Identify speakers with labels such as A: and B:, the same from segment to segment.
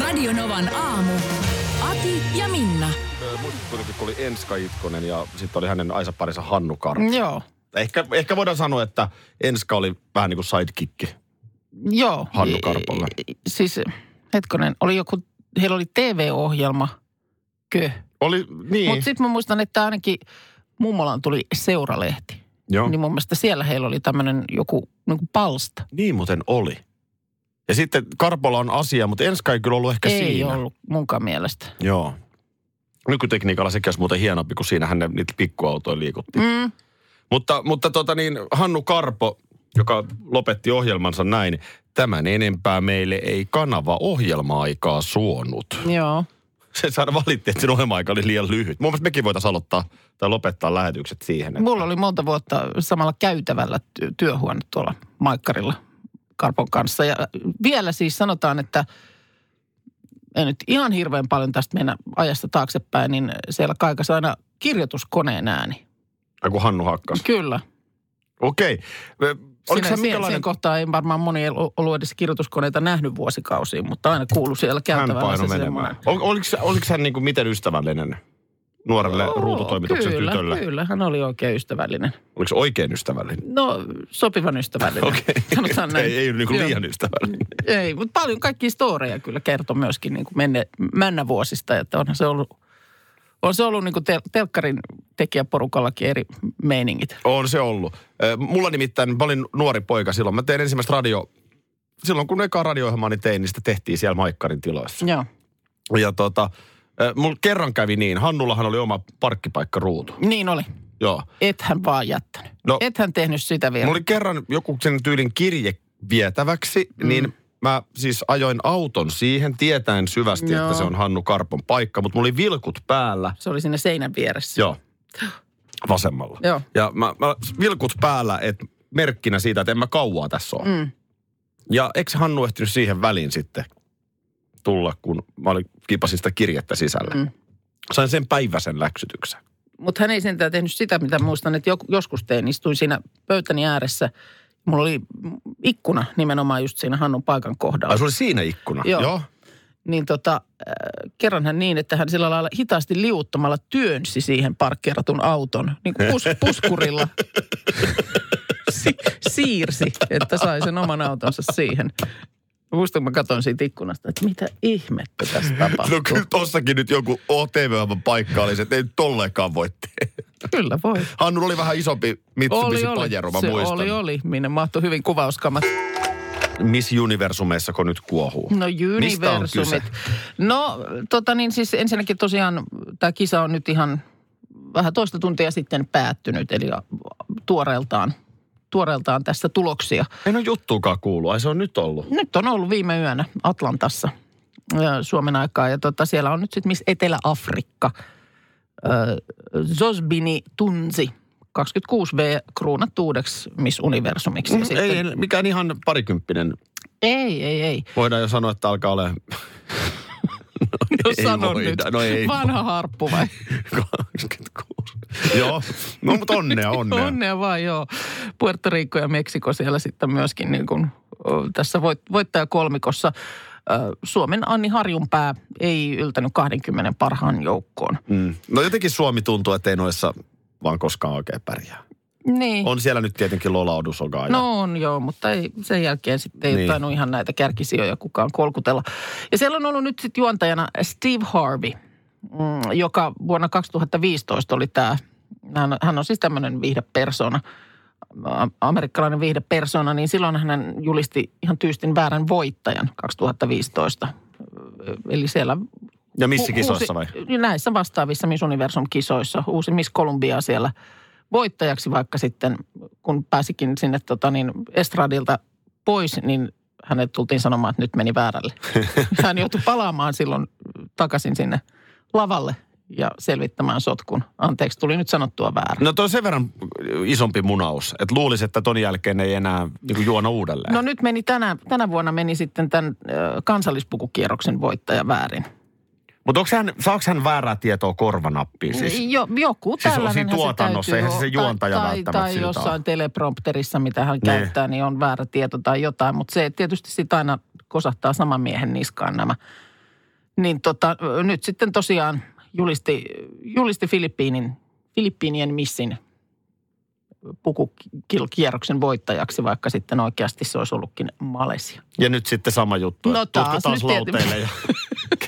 A: Radionovan aamu. Ati ja Minna.
B: Muistat kuitenkin, kun oli Enska Itkonen ja sitten oli hänen aisaparinsa Hannu Karhu.
C: Joo.
B: Ehkä, ehkä voidaan sanoa, että Enska oli vähän niin kuin sidekikki.
C: Joo.
B: Hannu Karpolle.
C: Siis hetkonen, oli joku, heillä oli TV-ohjelma, kö.
B: Oli, niin.
C: Mutta sitten mä muistan, että ainakin mummolaan tuli seuralehti.
B: Joo.
C: Niin mun mielestä siellä heillä oli tämmöinen joku niin kuin palsta.
B: Niin muuten oli. Ja sitten Karpola on asia, mutta Enska ei kyllä ollut ehkä
C: Ei
B: siinä.
C: ollut munkaan mielestä.
B: Joo. Nykytekniikalla sekin olisi muuten hienompi, kun siinä hän ne- niitä pikkuautoja liikutti.
C: Mm.
B: Mutta, mutta tota niin, Hannu Karpo, joka lopetti ohjelmansa näin, tämän enempää meille ei kanava ohjelma-aikaa suonut.
C: Joo.
B: Se saada valitti, että sen ohjelma-aika oli liian lyhyt. Mun mielestä mekin voitaisiin aloittaa tai lopettaa lähetykset siihen. Että...
C: Mulla oli monta vuotta samalla käytävällä ty- työhuone tuolla Maikkarilla Karpon kanssa. Ja vielä siis sanotaan, että ei nyt ihan hirveän paljon tästä mennä ajasta taaksepäin, niin siellä kaikassa aina kirjoituskoneen ääni.
B: Ai kun Hannu hakkas.
C: Kyllä.
B: Okei. Okay. Oliko se
C: Siinä, siinä,
B: minkälainen...
C: siinä kohtaa ei varmaan moni el- ollut edes kirjoituskoneita nähnyt vuosikausiin, mutta aina kuulu siellä
B: hän
C: käytävällä
B: paino
C: se
B: menemään.
C: semmoinen.
B: Ol, oliko, oliko hän niin kuin miten ystävällinen nuorelle
C: Joo,
B: ruututoimituksen
C: kyllä,
B: tytölle?
C: Kyllä, hän oli oikein ystävällinen.
B: Oliko se oikein ystävällinen?
C: No, sopivan ystävällinen.
B: Okei.
C: Sanotaan näin.
B: Ei, ei niin kuin
C: Joo.
B: liian ystävällinen.
C: Ei, mutta paljon kaikki storeja kyllä kertoi myöskin niin kuin menne, mennä vuosista, että onhan se ollut, on se ollut niin kuin tel, telkkarin tekijäporukallakin eri meiningit.
B: On se ollut. Ö, Mulla nimittäin, mä olin nuori poika silloin. Mä tein ensimmäistä radio... Silloin kun ekaa radio niin tein, niin sitä tehtiin siellä Maikkarin tiloissa.
C: Joo,
B: Ja tota, ö, mulla kerran kävi niin. Hannullahan oli oma parkkipaikka ruutu.
C: niin oli.
B: Joo.
C: Ethän vaan jättänyt.
B: No.
C: No, Ethän tehnyt sitä vielä.
B: Mulla oli kerran joku sen tyylin kirje vietäväksi, mm. niin mä siis ajoin auton siihen tietäen syvästi, Joo.
C: Joo.
B: että se on Hannu Karpon paikka, mutta mulla oli vilkut päällä.
C: Se oli siinä seinän vieressä.
B: Joo. Vasemmalla.
C: Joo.
B: Ja mä, mä vilkut päällä, että merkkinä siitä, että en mä kauaa tässä ole. Mm.
C: Mm.
B: Ja eikö se Hannu ehtinyt siihen väliin sitten tulla, kun mä olin, kipasin sitä kirjettä sisälle. Mm.
C: Mm.
B: Sain sen päiväisen läksytyksen.
C: Mutta hän ei sentään tehnyt sitä, mitä muistan, että joku- joskus tein. Istuin siinä pöytäni ääressä. Mulla oli ikkuna nimenomaan just siinä Hannun paikan kohdalla.
B: Ai se oli siinä ikkuna?
C: Joo.
B: Joo.
C: niin tota, äh, kerran hän niin, että hän sillä lailla hitaasti liuuttamalla työnsi siihen parkkeeratun auton, niin kuin pus, puskurilla si, siirsi, että sai sen oman autonsa siihen. Muistan, kun mä katsoin siitä ikkunasta, että mitä ihmettä tässä tapahtuu.
B: No kyllä tossakin nyt joku otv paikka oli se, että ei tollekaan voi tehdä.
C: Kyllä voi.
B: Hannu oli vähän isompi Mitsubishi Pajero, mä
C: se
B: muistan.
C: oli, oli, minne mahtui hyvin kuvauskamat.
B: Miss Universumeissa, kun nyt kuohuu.
C: No
B: Mistä on kyse?
C: universumit. No tota niin siis ensinnäkin tosiaan tämä kisa on nyt ihan vähän toista tuntia sitten päättynyt. Eli tuoreeltaan, tuoreeltaan tästä tuloksia.
B: En ole no juttuukaan kuullut, ai se on nyt ollut.
C: Nyt on ollut viime yönä Atlantassa ö, Suomen aikaa ja tota, siellä on nyt sitten Miss Etelä-Afrikka. Ö, Zosbini Tunsi, 26V kruunattu uudeksi Miss Universumiksi. Ja sitten-
B: Mm, Ei, en- mikään ihan parikymppinen.
C: ei, ei, ei.
B: Voidaan jo sanoa, että alkaa olemaan
C: No
B: Ei
C: sano
B: voida,
C: nyt.
B: no ei
C: Vanha harppu vai?
B: 26. Joo, no mutta onnea, onnea.
C: Onnea vaan, joo. Puerto Rico ja Meksiko siellä sitten myöskin niin kuin, ö, tässä voit, voittajakolmikossa. Ö, Suomen Anni Harjunpää ei yltänyt 20 parhaan joukkoon.
B: Mm. No jotenkin Suomi tuntuu, että ei noissa vaan koskaan oikein pärjää.
C: Niin.
B: On siellä nyt tietenkin Lola Odusogaa. ja-
C: No on joo, mutta ei, sen jälkeen sitten ei
B: Niin.
C: niin. tainnut ihan näitä kärkisijoja kukaan kolkutella. Ja siellä on ollut nyt sitten juontajana Steve Harvey, mm, joka vuonna 2015 oli tämä, hän, hän on siis tämmöinen viihdepersona, a- amerikkalainen viihdepersona, niin silloin hän julisti ihan tyystin väärän voittajan 2015. Eli siellä
B: Ja missä kisoissa vai?
C: Uusi, näissä vastaavissa Miss Universum-kisoissa. Uusi Miss Columbia siellä voittajaksi, vaikka sitten kun pääsikin sinne tota, niin estradilta pois, niin hänet tultiin sanomaan, että nyt meni väärälle. Hän joutui palaamaan silloin takaisin sinne lavalle ja selvittämään sotkun. Anteeksi, tuli nyt sanottua väärä.
B: No toi on sen verran isompi munaus, että luulisi, että ton jälkeen ei enää niin juona uudelleen.
C: No nyt meni tänä, tänä vuonna meni sitten tämän ö, kansallispukukierroksen voittaja väärin.
B: Mutta hän, saako hän väärää tietoa korvanappiin siis?
C: Niin, Jo, joku
B: Siis on
C: tällainen.
B: siinä tuotannossa, eihän se se juontaja
C: tai,
B: välttämättä
C: tai, tai
B: siltä ole.
C: jossain teleprompterissa, mitä hän
B: Niin.
C: käyttää, niin on väärä tieto tai jotain. Mutta se tietysti sitä aina kosahtaa saman miehen niskaan nämä Niin tota, nyt sitten tosiaan julisti, julisti Filippiinin, Filippiinien missin pukukierroksen voittajaksi, vaikka sitten oikeasti se olisi ollutkin Malesia.
B: Ja nyt sitten sama juttu.
C: No
B: että tuutko
C: taas,
B: taas
C: nyt
B: lauteille ja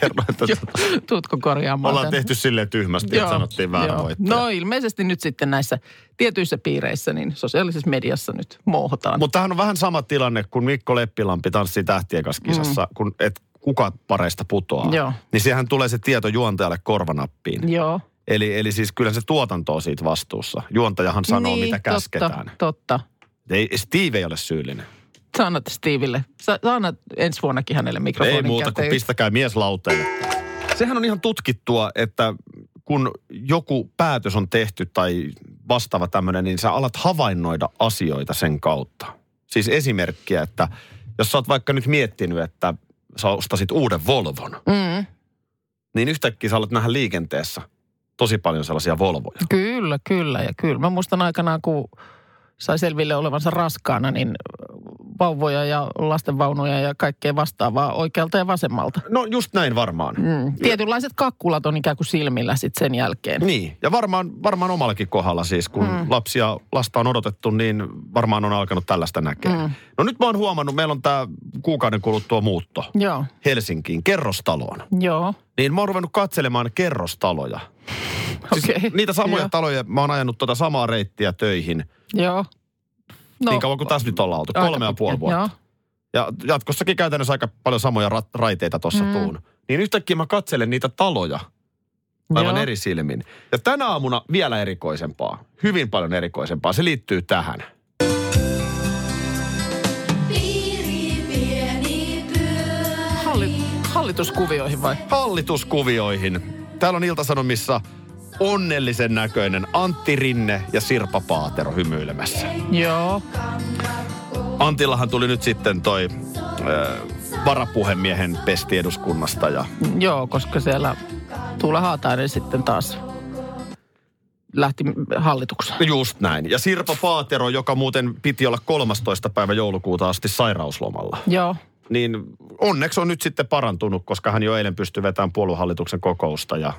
B: kerro, että
C: Joo, Tuutko korjaamaan
B: ollaan
C: tämän?
B: tehty silleen tyhmästi, että
C: Joo,
B: sanottiin väärä
C: joo.
B: voittaja.
C: No ilmeisesti nyt sitten näissä tietyissä piireissä, niin sosiaalisessa mediassa nyt mouhotaan.
B: Mutta tämähän on vähän sama tilanne kuin Mikko Leppilampi Tanssi tähtien kanssa kisassa, mm. kun et kuka pareista putoaa.
C: Joo. Niin.
B: Niin sehän tulee se tieto juontajalle korvanappiin.
C: Joo.
B: Eli, eli siis kyllä se tuotanto on siitä vastuussa. Juontajahan sanoo,
C: niin,
B: mitä käsketään.
C: Totta, totta.
B: Ei, Steve ei ole syyllinen.
C: Sä annat Steveille, sä, sä annat ensi vuonnakin hänelle mikrofonin
B: ei muuta kuin
C: käteen.
B: pistäkää mies lauteille. Sehän on ihan tutkittua, että kun joku päätös on tehty tai vastaava tämmöinen, niin sä alat havainnoida asioita sen kautta. Siis esimerkkiä, että jos sä oot vaikka nyt miettinyt, että sä ostasit uuden Volvon,
C: Mm,
B: niin yhtäkkiä sä alat nähdä liikenteessä tosi paljon sellaisia Volvoja.
C: kyllä, kyllä ja kyllä. Mä muistan aikanaan, kun sai selville olevansa raskaana, niin vauvoja ja lastenvaunuja ja kaikkea vastaavaa oikealta ja vasemmalta.
B: No just näin varmaan.
C: Mm. Tietynlaiset kakkulat on ikään kuin silmillä sitten sen jälkeen.
B: Niin, ja varmaan, varmaan omallakin kohdalla siis, kun mm. lapsia, lasta on odotettu, niin varmaan on alkanut tällaista näkee. Mm. No nyt mä oon huomannut, meillä on tämä kuukauden kuluttua muutto
C: Joo,
B: Helsinkiin kerrostaloon.
C: joo.
B: Niin mä oon ruvennut katselemaan kerrostaloja.
C: Okei.
B: Siis niitä samoja
C: Joo.
B: taloja, mä oon ajanut tota samaa reittiä töihin,
C: Joo.
B: no, niin kauan kuin tässä nyt ollaan oltu,
C: aika
B: kolme ja puoli
C: pitkä,
B: vuotta.
C: Joo.
B: Ja jatkossakin käytännössä aika paljon samoja rat- raiteita tuossa mm. tuun. Niin yhtäkkiä mä katselen niitä taloja aivan
C: Joo.
B: eri silmin. Ja tänä aamuna vielä erikoisempaa, hyvin paljon erikoisempaa. Se liittyy tähän.
D: Piiri pieni pyörä.
C: Halli- hallituskuvioihin vai?
B: Hallituskuvioihin. Täällä on Iltasanomissa onnellisen näköinen Antti Rinne ja Sirpa Paatero hymyilemässä.
C: Joo.
B: Antillahan tuli nyt sitten toi ö, varapuhemiehen pesti eduskunnasta ja
C: Joo, koska siellä Tuula Haatainen sitten taas lähti hallitukseen.
B: Just näin. Ja Sirpa Paatero, joka muuten piti olla 13. päivä joulukuuta asti sairauslomalla,
C: Joo,
B: niin onneksi on nyt sitten parantunut, koska hän jo eilen pystyi vetämään puoluehallituksen kokousta ja,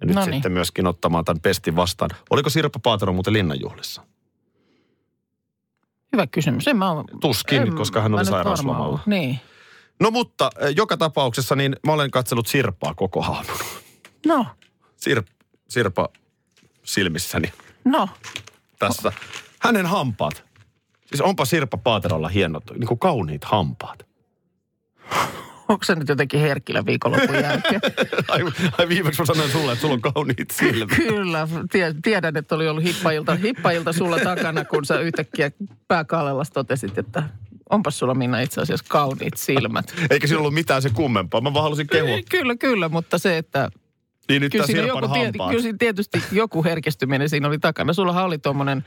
B: ja nyt
C: Noniin.
B: sitten myöskin ottamaan tämän pestin vastaan. Oliko Sirpa Paatero muuten linnanjuhlissa?
C: hyvä kysymys. En mä ole,
B: Tuskin,
C: en
B: koska hän
C: mä
B: oli
C: nyt
B: sairauslomalla.
C: varmaan ole. Niin.
B: No mutta eh, joka tapauksessa niin mä olen katsellut Sirpaa koko aamun.
C: No,
B: Sir, Sirpa silmissäni
C: no.
B: tässä. Hänen hampaat. Siis onpa Sirpa Paaterolla hienot, niin kuin kauniit hampaat.
C: Onko se nyt jotenkin herkillä viikonlopun jälkeen?
B: Ai, ai viimeksi mä sanoin sulle, että sulla on kauniit silmät.
C: Kyllä, tie- tiedän, että oli ollut hippailta, hippailta sulla takana, kun sä yhtäkkiä pääkallellas totesit, että onpas sulla Minna itse asiassa kauniit silmät.
B: Eikä siinä ollut mitään se kummempaa. Mä vaan halusin kehua.
C: Kyllä, kyllä, mutta se, että
B: Niin nyt
C: kyllä
B: tää
C: siinä,
B: Sirpan
C: joku tie,
B: hampaat.
C: kyllä siinä tietysti joku herkistyminen siinä oli takana. Sulla oli tuommoinen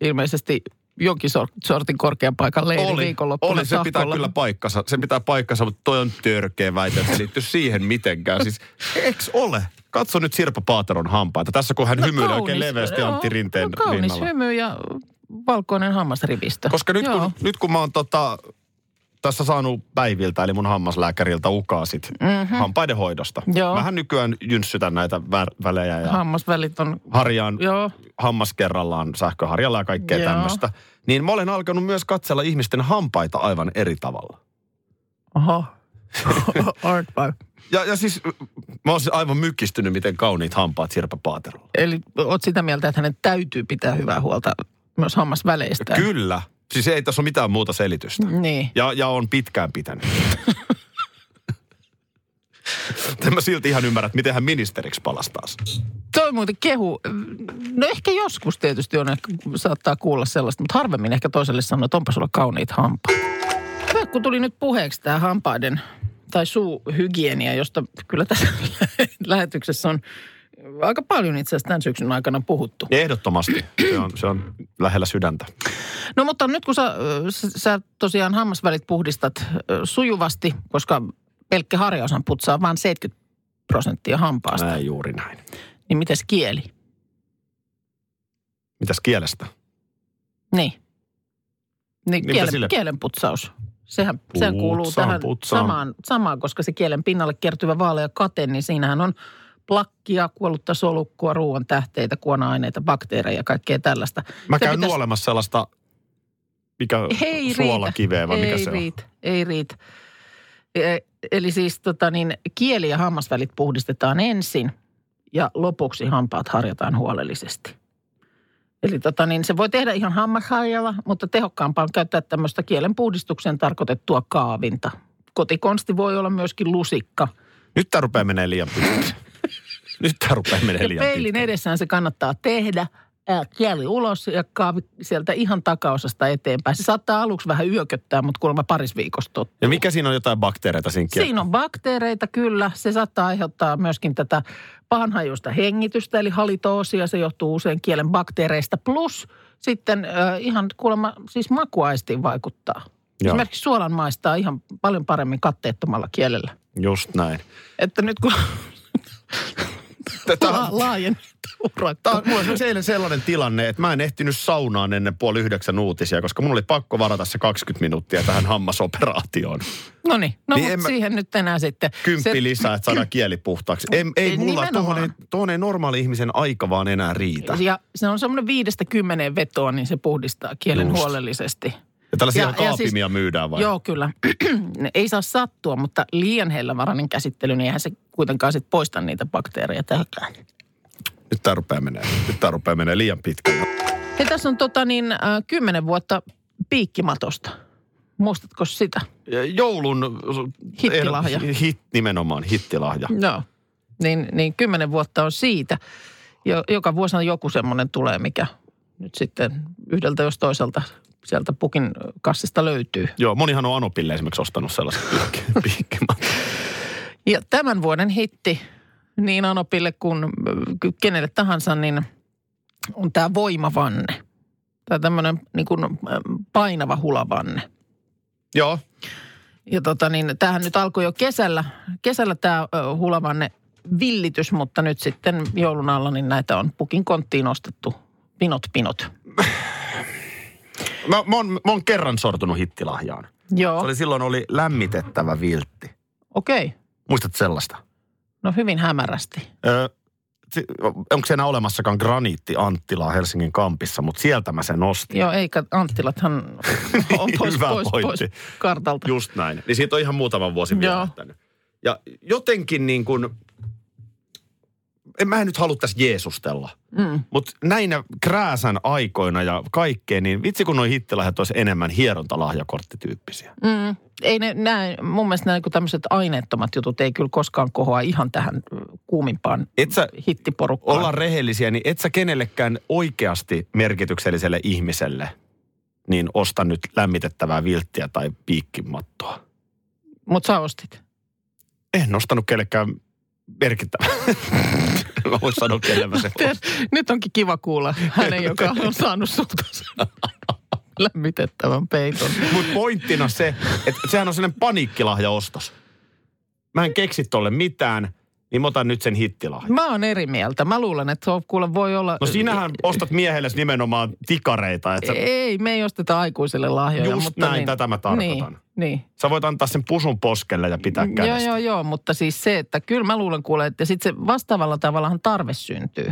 C: ilmeisesti jonkin sor- sortin korkean paikan leiri
B: oli,
C: viikonloppuna
B: oli, se pitää
C: sahkolla.
B: kyllä paikkansa. Se pitää paikkansa, mutta toi on törkeä väite, että se liittyy siihen mitenkään. Siis, eks ole? Katso nyt Sirpa Paateron hampaita. Tässä kun hän no, hymyilee
C: Kaunis,
B: oikein leveästi
C: joo.
B: Antti Rinteen
C: no, kaunis
B: rinnalla.
C: hymy ja valkoinen hammasrivistö.
B: Koska nyt
C: Joo.
B: kun, nyt kun mä oon tota, tässä saanut päiviltä, eli mun hammaslääkäriltä ukaasit mm-hmm. hampaiden hoidosta.
C: Mhm. Joo.
B: Mähän nykyään jynssytän näitä vär- välejä ja
C: Hammasvälit on...
B: harjaan
C: Joo,
B: hammas kerrallaan, sähköharjalla ja kaikkea
C: Joo.
B: tämmöistä. Niin mä olen alkanut myös katsella ihmisten hampaita aivan eri tavalla.
C: oho. Art by.
B: Ja, ja siis mä oon siis aivan mykistynyt, miten kauniit hampaat Sirpa Paaterolla.
C: Eli oot sitä mieltä, että hänen täytyy pitää hyvää huolta myös hammasväleistä.
B: Kyllä. Siis ei tässä ole mitään muuta selitystä.
C: Niin.
B: Ja, ja on pitkään pitänyt. en mä silti ihan ymmärrä, että miten hän ministeriksi palasi taas.
C: Toi muuten kehu. No ehkä joskus tietysti on, ehkä saattaa kuulla sellaista, mutta harvemmin ehkä toiselle sanoo, että onpa sulla kauniit hampaat. Hyvä, kun tuli nyt puheeksi tämä hampaiden tai suuhygienia, josta kyllä tässä lähetyksessä on aika paljon itse asiassa tämän syksyn aikana puhuttu.
B: Ehdottomasti. Se on, se on lähellä sydäntä.
C: No mutta nyt kun sä, ö, s- sä tosiaan hammasvälit puhdistat ö, sujuvasti, koska pelkkä harjaushan putsaa vain 70 prosenttia hampaasta,
B: Näin juuri näin.
C: niin mites kieli?
B: Mitäs kielestä?
C: Niin. Niin
B: mitä
C: kielen,
B: sille?
C: kielenputsaus. Sehän, sehän
B: Putsaan,
C: kuuluu tähän
B: putsaan.
C: samaan, samaan, koska se kielen pinnalle kertyvä vaalea kate, niin siinähän on plakkia, kuollutta solukkoa, ruoan tähteitä, kuona-aineita, bakteereja ja kaikkea tällaista.
B: Mä
C: Se
B: käyn
C: pitäisi-
B: nuolemassa sellaista, mikä
C: Ei
B: suolakiveä
C: riitä.
B: vai mikä
C: ei
B: se on.
C: riitä. Ei riitä. E- Eli siis tota niin, kieli ja hammasvälit puhdistetaan ensin ja lopuksi hampaat harjataan huolellisesti. Eli tota niin, se voi tehdä ihan hammasharjalla, mutta tehokkaampaa on käyttää tämmöistä kielen puhdistukseen tarkoitettua kaavinta. Kotikonsti voi olla myöskin lusikka.
B: Nyt tää rupeaa menee liian pitkälle. Nyt tää rupeaa menee
C: Ja
B: liian
C: peilin
B: pitkälle.
C: edessään se kannattaa tehdä. Ää, Kieli ulos ja kaavi sieltä ihan takaosasta eteenpäin. Se saattaa aluksi vähän yököttää, mutta kuulemma paris viikossa tottuu.
B: Ja mikä siinä on jotain bakteereita siinä kielessä?
C: Siinä on bakteereita kyllä. Se saattaa aiheuttaa myöskin tätä pahanhajuista hengitystä, eli halitoosia. Se johtuu usein kielen bakteereista. Plus sitten ö, ihan kuulemma siis makuaistiin vaikuttaa.
B: Joo.
C: Esimerkiksi suolan maistaa ihan paljon paremmin katteettomalla kielellä.
B: Just näin.
C: Että nyt kun
B: Tätä,
C: la- laajennettu urakka.
B: Tämä on mulla on eilen sellainen tilanne, että mä en ehtinyt saunaan ennen puoli yhdeksän uutisia, koska mun oli pakko varata se 20 minuuttia tähän hammasoperaatioon.
C: No niin, no
B: Niin en
C: niin
B: mä-
C: mutta siihen nyt enää sitten.
B: Kymppi
C: se-
B: lisää, että saadaan kieli puhtaaksi. Ei, ei
C: Ei,
B: mulla,
C: nimenomaan. Niin.
B: tuohon ei, tuohon ei normaali ihmisen aika vaan enää riitä.
C: Ja se on semmoinen viidestä kymmeneen vetoa, niin se puhdistaa kielen
B: Just.
C: huolellisesti.
B: Ja tällaisia
C: ja-
B: ja,
C: ja
B: kaapimia myydään vai?
C: Vai? Joo, kyllä. Ne ei saa sattua, mutta liian hellävarainen käsittely, niin eihän se kuitenkaan sit poista niitä bakteereja täältä.
B: Nyt tää rupeaa menee, nyt tää rupeaa menee liian pitkälle.
C: Hei, tässä on tota niin, äh, kymmenen vuotta piikkimatosta. Muistatko sitä?
B: Ja Joulun...
C: Hittilahja.
B: Eh, Hit, nimenomaan, hittilahja.
C: Joo. Niin, niin kymmenen vuotta on siitä. Jo, joka vuosina joku semmoinen tulee, mikä nyt sitten yhdeltä jos toiselta sieltä pukin äh, kassista löytyy.
B: Joo, monihan on Anopille esimerkiksi ostanut sellaisen piikki- piikkimatkan.
C: Ja tämän vuoden hitti niin Anopille kuin äh, ky- kenelle tahansa, niin on tämä voimavanne. Tämä tämmöinen niin kuin äh, painava hulavanne.
B: Joo,
C: Ja tota niin, tämähän nyt alkoi jo kesällä, kesällä tämä ö, hulavanne villitys, mutta nyt sitten joulun alla niin näitä on pukin konttiin ostettu pinot pinot.
B: mä, mä, oon, mä oon kerran sortunut hittilahjaan.
C: Joo,
B: Se oli, silloin oli lämmitettävä viltti.
C: okei. Okay.
B: Muistat sellaista?
C: No hyvin hämärästi.
B: Öö, si- onko se enää olemassakaan graniitti Anttilaa Helsingin kampissa, mutta sieltä mä sen ostin.
C: Joo, eikä Anttilathan on pois,
B: Hyvä
C: pois, pois
B: pointti.
C: kartalta.
B: Just näin. Niin siitä on ihan muutaman vuosi
C: Joo.
B: viettänyt. Ja jotenkin niin kuin, en mä en nyt halua tässä jeesustella,
C: Mm.
B: mutta näinä krääsän aikoina ja kaikkeen, niin vitsi kun noi hittilahjat olisi enemmän hierontalahjakorttityyppisiä.
C: Mm. Ei ne, näin, mun mielestä nämä niin tämmöiset aineettomat jutut ei kyllä koskaan kohoa ihan tähän ö, kuumimpaan
B: Et sä,
C: hittiporukkaan.
B: ollaan rehellisiä, niin et sä kenellekään oikeasti merkitykselliselle ihmiselle niin osta nyt lämmitettävää vilttiä tai piikkimattoa.
C: Mutta sä ostit.
B: En ostanut kellekään merkittävää. Mä voin sanoa, kelle mä sen
C: Tiedät, nyt onkin kiva kuulla hänen, joka on saanut sulta sen lämmitettävän peiton.
B: Mutta pointtina se, että sehän on sellainen paniikkilahjaostos. Mä en keksi tolle mitään, niin mä otan nyt sen hittilahjan.
C: Mä oon eri mieltä. Mä luulen, että se on, kuule voi olla...
B: No sinähän ostat miehelle nimenomaan tikareita. Että sä,
C: Ei, me ei osteta aikuisille lahjoja.
B: Just
C: mutta
B: näin,
C: niin,
B: tätä mä tarkoitan.
C: Niin, niin.
B: sä voit antaa sen pusun poskelle ja pitää
C: Mm, Joo,
B: kädestä.
C: joo, joo, mutta siis se, että kyllä mä luulen kuule, että sit se vastaavalla tavallahan tarve syntyy.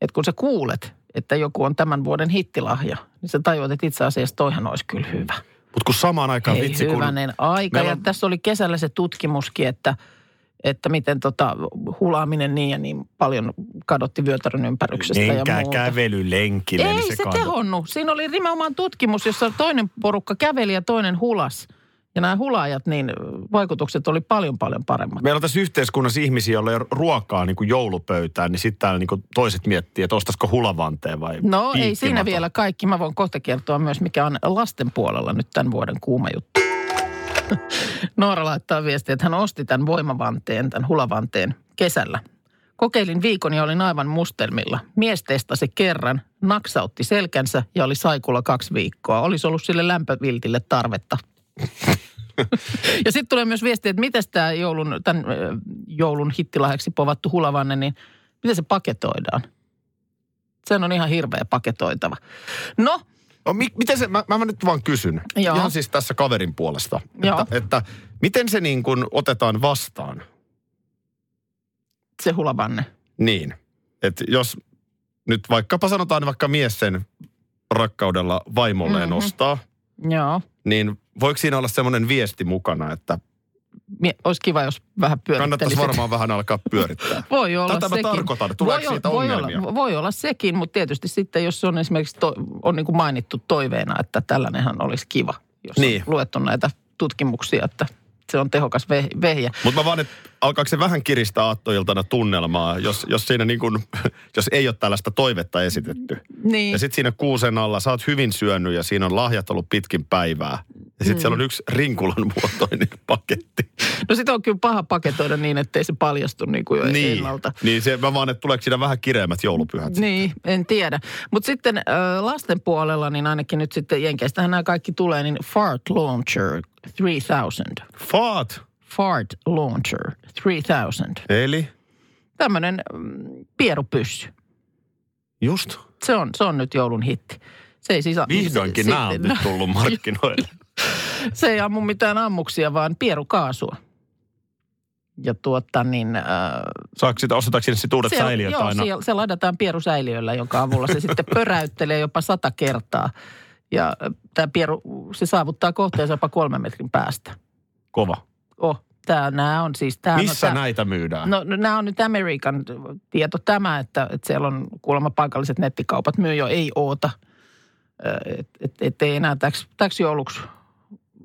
C: Että kun sä kuulet, että joku on tämän vuoden hittilahja, niin sä tajuat, että itse asiassa toihan olisi kyllä hyvä.
B: Mutta kun samaan aikaan
C: Ei
B: vitsi, kun
C: hyvänen aika.
B: Meillä
C: Ja
B: on-
C: tässä oli kesällä se tutkimuskin, että, että miten tota, hulaaminen niin ja niin paljon kadotti vyötärön ympäryksestä ja
B: Menkää
C: muuta.
B: Niin, kävelylenkille.
C: Ei
B: niin
C: se, se
B: kaadu.
C: tehonnut. Siinä oli nimenomaan tutkimus, jossa toinen porukka käveli ja toinen hulas. Ja nämä hulaajat, niin vaikutukset oli paljon paljon paremmat.
B: Meillä on tässä yhteiskunnassa ihmisiä, joilla ei ole ruokaa niin kuin joulupöytään, niin sitten täällä niin kuin toiset miettii, että ostaisiko hulavanteen vai
C: No ei siinä
B: piikkimaton.
C: vielä kaikki. Mä voin kohta kertoa myös, mikä on lasten puolella nyt tämän vuoden kuuma juttu. Noora laittaa viestiä, että hän osti tämän voimavanteen, tämän hulavanteen kesällä. Kokeilin viikon ja olin aivan mustelmilla. Mies testasi kerran, naksautti selkänsä ja oli saikulla kaksi viikkoa. Olisi ollut sille lämpöviltille tarvetta. ja sitten tulee myös viesti, että miten tämä joulun, tämän ö, joulun hittilahjaksi povattu hulavanne, niin miten se paketoidaan? Sen on ihan hirveä paketoitava. No,
B: No, mi, miten se, mä, mä nyt vaan kysyn,
C: Joo.
B: ihan siis tässä kaverin puolesta,
C: Joo.
B: että, että miten se niin kuin otetaan vastaan?
C: Se hulabanne.
B: Niin, että jos nyt vaikkapa sanotaan vaikka mies sen rakkaudella vaimolleen
C: Mhm.
B: mm-hmm. ostaa,
C: Joo.
B: niin voiko siinä olla semmoinen viesti mukana, että
C: Mie, olisi kiva, jos vähän
B: kannattaisi
C: pyörittelisit.
B: varmaan vähän alkaa pyörittää?
C: Voi olla
B: Tätä mä
C: sekin.
B: tarkoitan, että tuleeko
C: Voi ol-
B: siitä
C: voi
B: ongelmia?
C: Olla, voi olla sekin, mutta tietysti sitten, jos se on esimerkiksi to, on niin kuin mainittu toiveena, että tällainenhan olisi kiva, jos
B: Niin.
C: on luettu näitä tutkimuksia, että se on tehokas ve, vehjä.
B: Mutta mä vaan, että alkaako se vähän kiristää aattoiltana tunnelmaa, jos, jos, siinä niin kun, jos ei ole tällaista toivetta esitetty.
C: Niin,
B: Ja sitten siinä kuusen alla sä oot hyvin syönyt ja siinä on lahjat ollut pitkin päivää. Ja sitten mm. siellä on yksi rinkulan muotoinen paketti.
C: no sitä on kyllä paha paketoida niin, ettei se paljastu niin kuin jo niin. ennalta.
B: niin se, mä vaan, että tuleeko siinä vähän kireemmät joulupyhät.
C: Niin, en tiedä. Mutta sitten ö, lasten puolella, niin ainakin nyt sitten Jenkeistähän nämä kaikki tulee, niin Fart Launcher 3000.
B: Faat,
C: Fart Launcher 3000.
B: eli
C: Tämmöinen mm, pierupyssy.
B: just
C: Se on, se on nyt joulun hitti. Se ei siis,
B: vihdoinkin
C: se, no,
B: nämä on nyt tullut markkinoille.
C: se ei ammu mitään ammuksia, vaan pierukaasua. Ja tuota niin... Äh,
B: Saako sitä, ostetaanko sinne sit uudet
C: se,
B: säiliöt
C: joo,
B: aina?
C: siellä- se ladataan pierusäiliöllä, jonka avulla se sitten pöräyttelee jopa sata kertaa. Ja tämä pieru, se saavuttaa kohteensa jopa kolmen metrin päästä.
B: Kova.
C: Oh, tää, nämä on siis... Tää,
B: Missä
C: no, tää,
B: näitä myydään?
C: No, no nämä on nyt Amerikan tieto tämä, että, että siellä on kuulemma paikalliset nettikaupat myy jo ei oota. Että et, et ei enää täksi, täksi jouluksi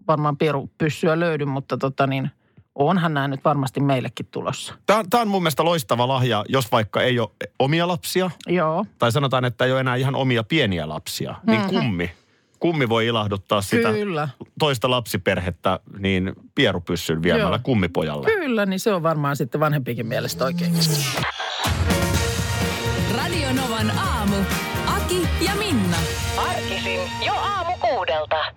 C: varmaan pierupyssyä löydy, mutta tota niin, onhan nämä nyt varmasti meillekin tulossa.
B: Tämä, tämä on mun mielestä loistava lahja, jos vaikka ei ole omia lapsia,
C: Joo,
B: tai sanotaan, että ei ole enää ihan omia pieniä lapsia, niin kummi. Kummi voi ilahduttaa sitä
C: Mhm. kyllä.
B: toista lapsiperhettä niin pierupyssyn viemällä
C: Joo.
B: kummipojalle.
C: Kyllä, niin se on varmaan sitten vanhempikin mielestä oikein.
A: Radio Novan aamu. Aki ja Minna.
E: Arkisin jo aamu kuudelta.